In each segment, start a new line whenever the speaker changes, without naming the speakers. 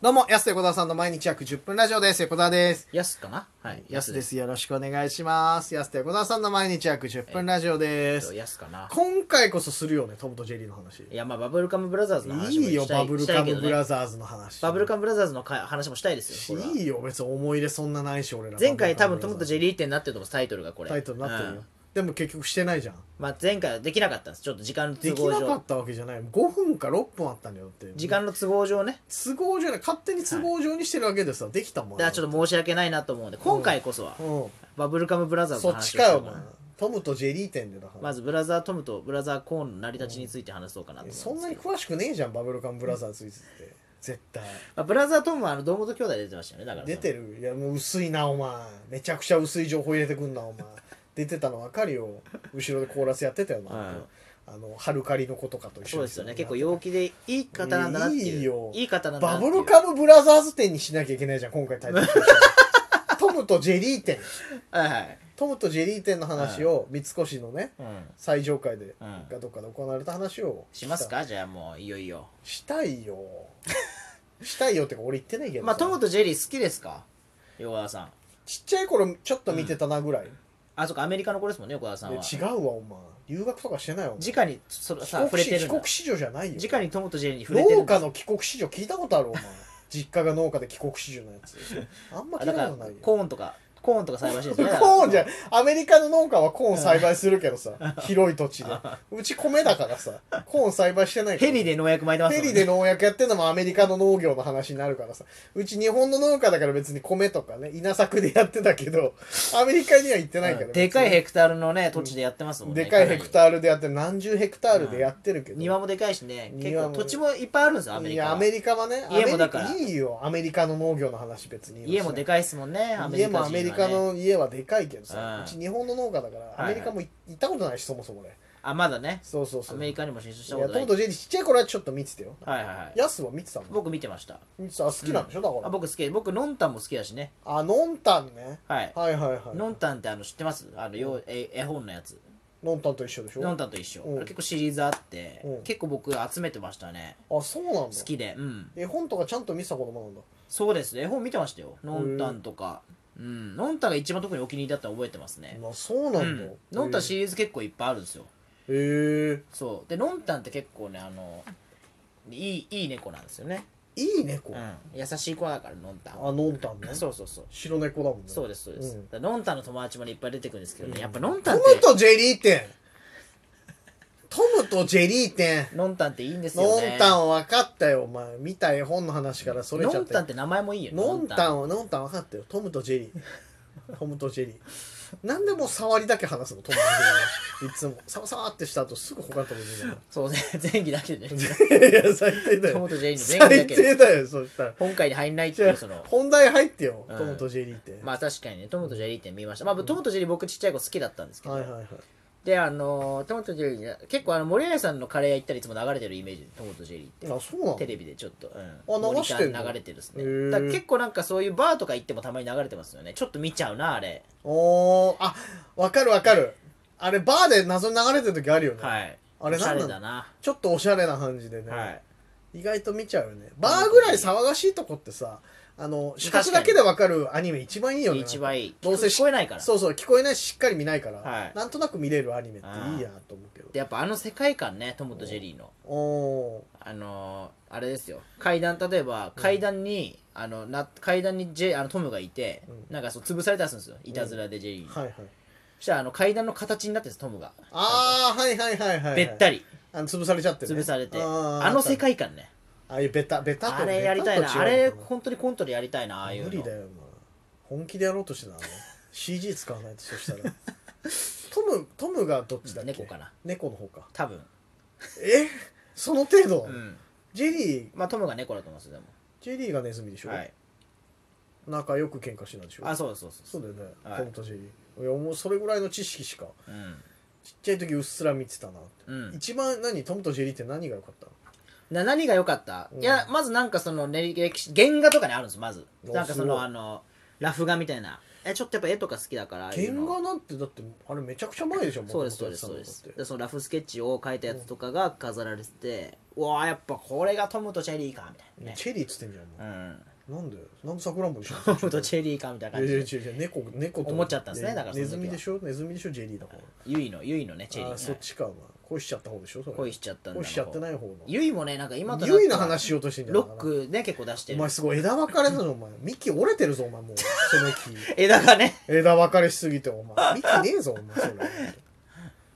どうも、安田横澤さんの毎日約10分ラジオです。横澤です。
やすかなはい。
やす
で。
ですす。よろしくお願いします。安田横澤さんの毎日約10分ラジオで
えっと
す。
やすかな。
今回こそするよね、トムとジェリーの話。
いや、まあ、バブルカムブラザーズの
い
話も
いよ、
した
バ
い
ブル
した
カ
いけ
ム
ど
ブ
ね
ラザーズの話。
バブルカムブラザーズのか話もしたいですよ。これはい
いよ、別に思い出そんなないし、俺ら。
前回多分トムとジェ
リ
リーってなってると思うタイトルがこれ。
タイトルになってる
う
よ
ん。
でも結局してないじゃん。
まあ、前回はできなかったんです。ちょっと時間の
で
都
き
合
なか
上
っ。たわけじゃない。5分か6分あったんだよだって。
時間の都合上ね。
都合上で勝手に都合上にしてるわけでさ、できたもん。
だからちょっと申し訳ないなと思うんで、今回こそは
と。
バブルカムブラザ
うん。
ーズの
そっ
話
ち
をし
か
よ
よ、
う
お
か
前
な。
トムとジェリー店でだから。
まずブラザートムとブラザーコーンの成り立ちについて話そうかなと思うんです
そ
けど
んなに詳しくねえじゃんバブルカンブラザーズについて絶対
まあブラザートムはあの堂本兄弟出てましたよねだから
出てるいやもう薄いなお前めちゃくちゃ薄い情報入れてくんなお前出てたの分かるよ後ろでコーラスやってたよな、
はい
あのハルカリの子とかと一緒
そうですよね結構陽気でいい方なんだなっていう
いいよ
いい方なんだな
バ
ってい
ブ
う
ルカムブラザーズ店にしなきゃいけないじゃん今回タイ トルトムとジェリー店
はいはい
トムとジェリー店の話を三越のね
うん
最上階で、
うん
がどっかで行われた話を
しますかじゃあもういよいよ
したいよしたいよってか俺言ってないけどさ
まあトムとジェリー好きですか横田さん
ちっちゃい頃ちょっと見てたなぐらい、
あそっかアメリカの子ですもんね横田さん
で
は
違うわお前留学とかしてないわお前
直にそれさ
帰
触れ
国
て
子
る
帰
んだ
国子女じゃないよ
直にトムとジェリーに触れてる
農
んだ
家の帰国子女聞いたことあ るお前実家が農家で帰国子女のやつあんま
あ
聞い
だ
た
か
こ
ら
とないよ
コーンとかコーンとか栽培してるんですよね
コーンじゃアメリカの農家はコーン栽培するけどさ広い土地でうち米だからさコーン栽培してないから
ヘリで農薬巻いてます
ヘ
もんね
リで農薬やってんのもアメリカの農業の話になるからさうち日本の農家だから別に米とかね稲作でやってたけどアメリカには行ってないから、
うんでかい
別に
ヘクタールのね土地でやってますもんね
でかいヘク
ー
タールでやってる何十ヘクタールでやってるけど、
庭もでかいしね結
庭
構
も
土地もいっぱいあるんですよアメ
い
リカ
や
は
アメリカはね
家も
アメリカ
だから
いいよアメリカの農業の話別に
家もで
い
かいですもんねアメリ
家
カ
も
人は
ア
ね
メリカの家はでかいけどさ
うん
うち日本の農家だから
いはい
アメリカもい行ったことないしそもそも俺
あまだね
そうそうそ
ア
う
メリカにも進出した
い
こ
や
と
ト
ない
ムとジェリーちっちゃい頃はちょっと見てたよ
はいはいはい
ヤスは見てたもん
僕見てました
見てたあ好きなんでしょだか
あ
ら
僕好き僕ノンタンも好きだしね
あノンタンね
はい
はいはいはい
ノンタンってあの知ってますあのよえ絵本のやつ
ノンタンと一緒でし
ノン
ょ
タンと一緒
うん
あれ結構シリーズあって
うん
結構僕集めてましたね
あそうなんだ
好きでうん
絵本とかちゃんと見てた子供なんだ
そうですね絵本見てましたよノンタンとかうんノンタンが一番特にお気に入りだったの覚えてますね
まあそう
う
なんだ
んノンタンシリーズ結構いっぱいあるんですよ
へえ
そうでノンタンって結構ねあのいいいい猫なんですよね
いい猫
う
あ
ん優しい子だからノンタンは
ノンタンね
そうそうそう
白猫だもんね
そうですそうです、
うん
だからノンタンの友達までいっぱい出てくるんですけどね、
うん
やっぱノンタ
ト
ンっ
ム
て
とジェリー店トムとジェリー店
ノンタンっていいんですよ
ノ
ね
ンタン分かったよお前見た絵本の話からそれちゃ
ノ
っ
ンタンってて名前もいいよね
ノンタンはノンタン分かったよトムとジェリートムとジェリーなんでもう触りだけ話すのトムとジェリーはいつもサワサワってした後すぐ他のとこに
そうね 前期だけでね
行くのいや最低だ
トム
よ
とジェリー
最
の前期だけで
低だよそしたら
本会に入んないって
じ
い
ゃ
うその
あ本題入ってよ
うん
トムとジェリーって
まあ確かにねトムとジェリーって見ましたまあトムとジェリー僕ちっちゃい子好きだったんですけど、
はいはいはい
であのートムとジェリー結構あの森谷さんのカレー屋行ったらいつも流れてるイメージトムとジェリーって
あそうなんだ
テレビでちょっと、
あ
うん、モニ
流して
タ
んの
ーに流れてるです
へ
ね
ー
だから結構なんかそういうバーとか行ってもたまに流れてますよねちょっと見ちゃうなあれ
おーあわかるわかるあれバーで謎に流れてる時あるよね、
はい
あれ
おしゃ
なん
れ
な
だ
の
な
ちょっとおしゃれな感じでね、
はい
意外と見ちゃうよねバーぐらい騒がしいとこってさあの視覚だけでわかるアニメ一番いいよね
一番いい
どうせ
聞こえないから
そうそう聞こえないししっかり見ないから、
はい
なんとなく見れるアニメっていいやと思うけど
でやっぱあの世界観ねトムとジェリーの
おー
あのーあれですよ階段例えば階段に、あのな階段にジェあのトムがいて、
う
なんかそう潰されたりするんですよいたずらでジェリーに、
はいはい
そしたらあの階段の形になってるんですトムが
あーはいはいはいはい、はい、
べった
り
り
あの潰されちゃってね
潰されて、
ー
あの世界観ね
ああいうベタベタと
あれやりたい
ベタ
な
と違
あ
う
れ
のかな
本当にコントでやりたいなああいうの
無理だよお前本気でやろうとしてた の CG 使わないとそしたらトムトムがどっちだっけ
猫かな
猫の方か
多分
えその程度、
うん
ジェリー
まあトムが猫だと思いますよでも
ジェリーがネズミでしょ、
はい
仲良く喧嘩してたんでしょ
あそうそうそ
そ
う
うだよね、
はい
トムとジェリーいやもうそれぐらいの知識しか
そううん
ちっちゃい時うっすら見てたなって、
うん、
一番何トムとジェリーって何が良かったの
な何が良かった、
うん
いやまずなんかそのね歴史原画とかにあるんですまず
お
なんか
す
そ
ごい
のあのラフ画みたいなえちょっとやっぱ絵とか好きだからああいう
原
の
画なんてだってあれめちゃくちゃ前でしょ
そうですそ
元
うですそう
々や
で
ってたの
す
だ
でそのラフスケッチを描いたやつとかが飾られてて、うわあやっぱこれがトムとチェリーかみたいな
って
ね
チェリーっつってんじゃんも
うん
うなんでなんでさくらんぼにしたの
トムとチェリーかみたいない
や
感
い
じ
や
で
違う違う猫猫と
思っちゃったんですねだからそ
ネ
の時
ズ
は
ミでしょネズミでしょジェリーだから
ユイのユイのねチェリ
あ
ー
ーそっ
ね
ちかまあ恋しちゃった方でしょそれ
恋しちゃったんだ
恋しちゃってない方の
ユイもねなんか今となっては
ユイの話しようとしてんじゃん
ロックね結構出して
お
る
前すごい枝分かれだぞお前幹折れてるぞお 前もうその木
枝がね
枝分かれしすぎてお前幹ねえぞお前それ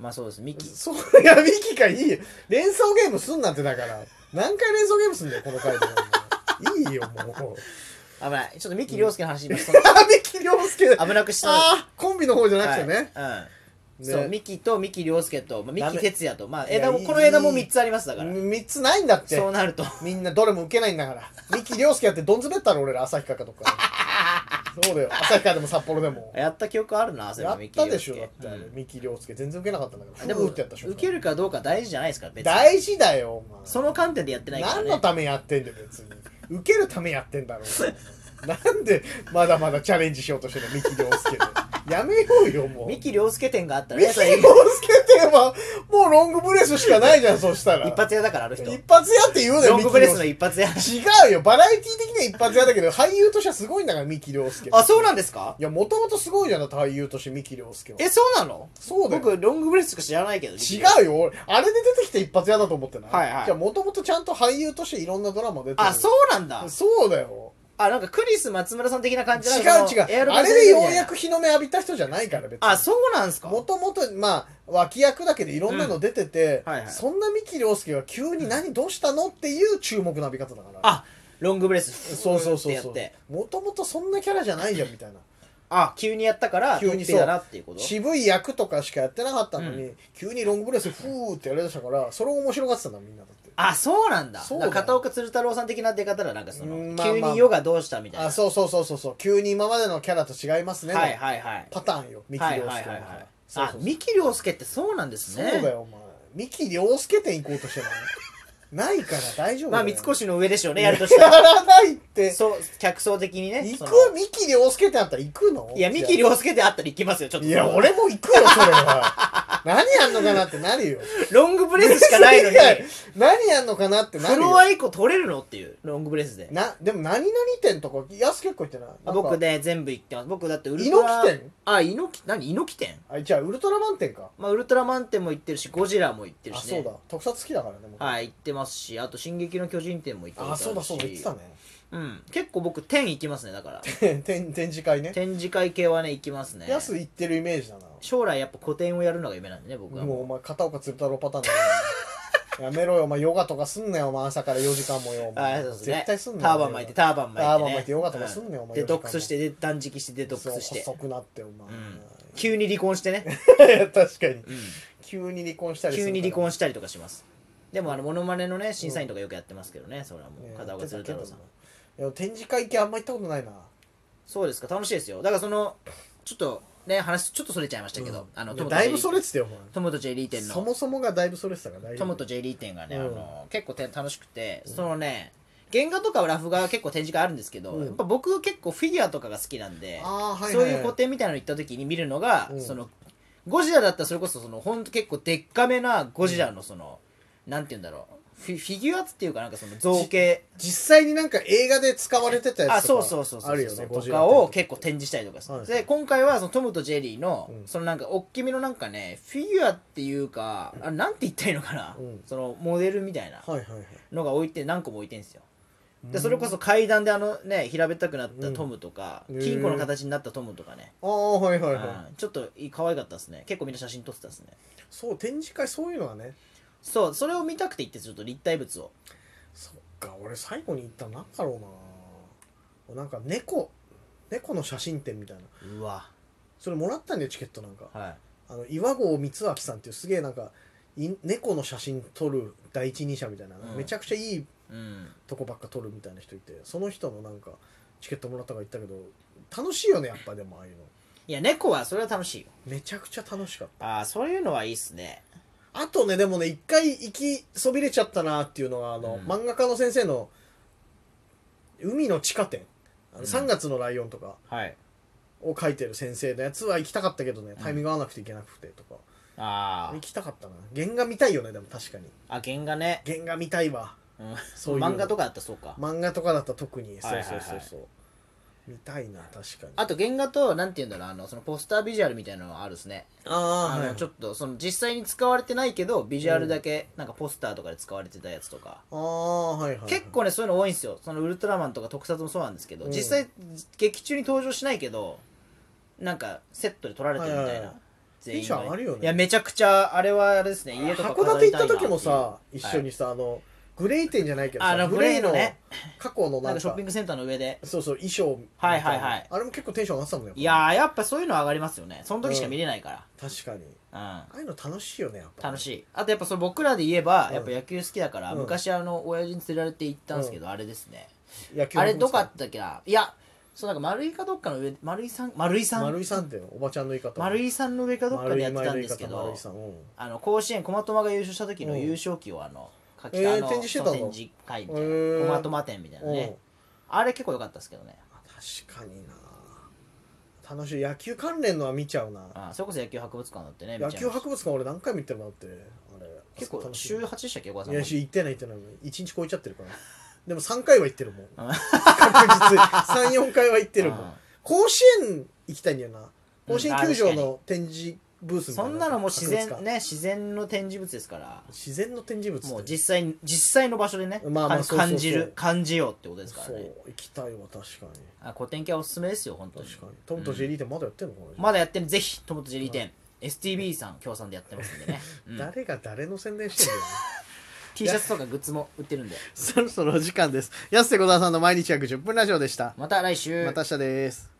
まあそうですミキ
そ りゃ幹かいいよ連想ゲームすんなってだから何回連想ゲームすんだよこの回でお前いいよ もう
危ないちょっとミキ涼介の話今そ の
あ幹涼介
危なくした
あーコンビの方じゃなくてね、
はいうん
ね
そうミキとミキ涼介とまあミ
ダ
キ
メ
哲也とまあ
いや
枝も
いい
この枝も3つありますだから
3つないんだって
そうなると
みんなどれも受けないんだから三木亮介やってどん詰めったろ俺ら旭川かとかそうだよ旭川でも札幌でも
やった記憶あるなそれ
や
は
っ
ミキ
たでしょだ
涼
っ
介
てあれ
うん
三木亮介全然受けなかったんだから
で
ふ
も
ーってやったでしょ
受けるかどうか大事じゃないですから別に
大事だよお前
その観点でやってないから
何
ね
のためやってんだよ別に受けるためやってんだろうなんでまだまだチャレンジしようとしてるの三木亮介でやめようよもう
ミ
三木
キ涼介店があったら
亮
ねそ
介
れ
ってはもうロングブレスしかないじゃんそしたら
一発屋だからあの人
一発やって言うなよ
ロングブレス
三木亮介
の一発屋
違うよバラエティ的には一発屋だけど俳優としてはすごいんだから三木亮介
あそうなんですか
いやもともとすごいじゃんだって俳優として三木亮介は
えそうなの
そうだよ
僕ロングブレスしか知らないけど
違うよ俺あれで出てきて一発屋だと思ってない、
はいはい
じゃあもともとちゃんと俳優としていろんなドラマ出てる
あそうなんだ
そうだよ
あなんかクリス松村さん的な感じ
違
なの
う
そ
違
のエア
う
ロ
あ
バス
れで
み
よ
た
う
いな
やく日の目浴びた人じゃないから別に
あそうなんすか
もともとまあ脇役だけでいろんなの出てて、
うんはいはい
そんな三木亮介が急に何どうしたのっていう注目の浴び方だから
あロングブレス
そうそうそう
ふー
そ
っ
う
てやって
もともとそんなキャラじゃないじゃんみたいな
あ急にやったから
急に
特定だなっていうこと
渋い役とかしかやってなかったのに、急にロングブレスフーってやりだしたからそれを面白がってたんだみんなだって
あそうなんだ
そうだよ
だから片岡鶴太郎さん的な出方だなんかその、
うんまあまあ
急にヨガどうしたみたいな
あそうそうそうそうそう急に今までのキャラと違いますね、
はいはいはい
パターンよ三木
はい
亮
はい
介
はい
の
はい
そう
あ
そうそう
三木亮介ってそうなんです
そう
ね
だよお前三木亮介店行こうとして ないないから大丈夫
まあ三
し
越の上でしょうねや
や
るとしたら
らないって
そう客層的にね
行
そ
く
の
三木亮介店あったら行くの
いや三木亮介であったら行きますよちょっと
いや俺も行くよそれ は何やんのかなってなるよ
ロングブレスしか ないのに
何やんのかなってな
フ
る
ロ
よ
ア以降取れるのっていうロングブレスで
なでも何々店とか安結構行ってない
あ僕
で
ね全部行ってます僕だってウル
猪
トラ
木店
あ猪木何猪木店
あじゃあウルトラマン店か
まあウルトラマン店も行ってるしゴジラも行ってる
あ
し
そう
ね
だ特撮好きだからねもう
はい行ってますしあと「進撃の巨人」展も行ったこと
あ
るし
そうだそうだ言ってた
うん結構僕天行きますねだから
ね 展展示会ね
展示会系はね行きますね
安行ってるイメージだな
将来やっぱ古典をやるのが夢なんでね僕は
もうお前片岡鶴太郎パターン だなやめろよお前ヨガとかすんなよお前朝から4時間もよお
あ
前
そうですね
絶対すんな
タ
よ
ーバン巻いてターバン巻いて、ね、
ターバン巻いてヨガとかすんねんお前
デトックスしてで断食してデトッ
そう
クスして
細くなってお前、
うん急に離婚してね、
いや 確かに
うん
急に離婚したり
急に離婚
し
したりとかしますでもあのモノマネのね審査員とかよくやってますけどねそれはもう片岡鶴太郎さん
いや展示会系あんま行ったことないな
そうですか楽しいですよだからそのちょっとね話ちょっとそれちゃいましたけど、あの
い
ト
や
ムと
だいぶ
ジェ
そ
リ
れ
ー
っつってよお前
トムとジェリー店
そ
の
もそもがだいぶそれっすから大丈夫
トムとジェリー店がね、
うん
あの結構て楽しくてそのね原画とかラフ画結構展示会あるんですけど、
うん
やっぱ僕結構フィギュアとかが好きなんで、
あーはいはい
そういう古典みたいなの行った時に見るのが、
うん
そのゴジラだったらそれこそそのほんと結構でっかめなゴジラのその、なんて言うんだろうフィフィギュアっていうかなんかその造形
実際になんか映画で使われてたや
あ
つと
そ
か
うそうそうそう
あるよね
と
50
かを結構展示したりとかする、
はい
で今回はそのトムとジェリーの、
うん
そのなんかおっきめのなんかねフィギュアっていうかあなんて言ったらいいのかな、
うん
そのモデルみたいな
はいはいはい
のが置いて何個も置いてんですよでそれこそ階段であのね平べったくなったトムとか、
うん
金庫の形になったトムとかね、
ああはいはいはい、
うんちょっとい可愛かったですね結構みんな写真撮ってたですね
そう展示会そういうのはね
そうそれを見たくて行ってちょっと立体物を
そっか俺最後に行ったのなんだろうななんか猫猫の写真展みたいな
うわ
それもらったんだよチケットなんか
はい
あの岩合光明さんっていうすげえなんかい猫の写真撮る第一人者みたいな、
うん
めちゃくちゃいい
うん
とこばっか撮るみたいな人いてその人のなんかチケットもらったから行ったけど楽しいよねやっぱでもああいうの
いや猫はそれは楽しいよ
めちゃくちゃ楽しかっ
ああそういうのはいいっすね
たあとねでもね一回行きそびれちゃったなっていうのはあの、
うん
漫画家の先生の海の地下店あの
うん
3月のライオンとか、
はい
を書いてる先生のやつは行きたかったけどねタイミング合わなくていけなくてとか、
あ
行きたかったな原画見たいよねでも確かに
ああ原画ね、
原画見たいわ
うん、
そういうの
漫画とかだったらそうか
漫画とかだったら特にそ
はいうはい
そ
は
う
い
そうそう見たいな確かに
あと原画となんて言うんだろうあのそのポスタービジュアルみたいなのがあるですね
あ
あ
ー
の
はい
ちょっとその実際に使われてないけどビジュアルだけなんかポスターとかで使われてたやつとか、
ああはいはいはい
結構ねそういうの多いんですよそのウルトラマンとか特撮もそうなんですけど、
うん
実際劇中に登場しないけどなんかセットで撮られてるみたいな、
はいはいはい
全員
テンション
が
上がるよね
いやめちゃくちゃあれはあれですね家とか
函
飾
館
り
行
た
っ
い
た
なってい
時
う
もさ一緒
はい
にさ、あのグレー店じゃないけど
あ
さ
の
グレーの
グレーのね
過去のな
な
んん
かショッ
か
ピングセンターの上で
そうそう衣装みた
はいはいはい
あれも結構テンション上がってたもんね
いやーやっぱそういうのは上がりますよねその時しか見れないか
確かに
らうん
ああいうの楽しいよねやっぱ
楽しいあとやっぱそれ僕らで言えば
うん
やっぱ野球好きだから、
うん
昔あの親父に連れられて行ったんですけど、あれですね
い野球
あれどこだったっけないやそうなんか丸いかどっかの上丸いさん丸いさん
丸井さんっておばちゃんの言い方
丸井さんの上かどっかでやってたんですけ
丸
ど
井さんうん
あの甲子園駒笘が優勝した時の
うん
優勝旗をあの書き
えー
あの
展示してたの
その展示会みたいな
へー
駒笘展みたいなねあれ結構良かったですけどね
確かにな楽しい野球関連のは見ちゃうな
あそれこそ野球博物館だってね
野
見ちゃい
球
ました
博物館俺何回も行ってるなってあれ
結構
楽しい
週8でしたっけ小
いや
川さん
行ってない行ってない1日超えちゃってるからでも3回は行ってるもん確
うん
実に34回は行ってるも
うん
ん甲子園行きたいんだよな甲子園球場の展示ブースみたい
そ
なん
なのもう自然
博物館
ね自然の展示物ですから
自然の展示物って
もう実際に実際の場所でね、
まあまあ
か
そうそうそう
感じる感じようってことですから
そう
ね
行きたいわ確かに
あ古典系はおすすめですよ本当に
確かにトムとジェリーってまだやってんのかな、
まだやってるぜひトムとジェリー店、STB さん協賛でやってますんでね、うん
誰が誰の宣伝してん だよ
T シャツとかグッズも売ってるんで
そろそろお時間です安瀬小沢さんの毎日約10分ラジオでした
また来週
明日です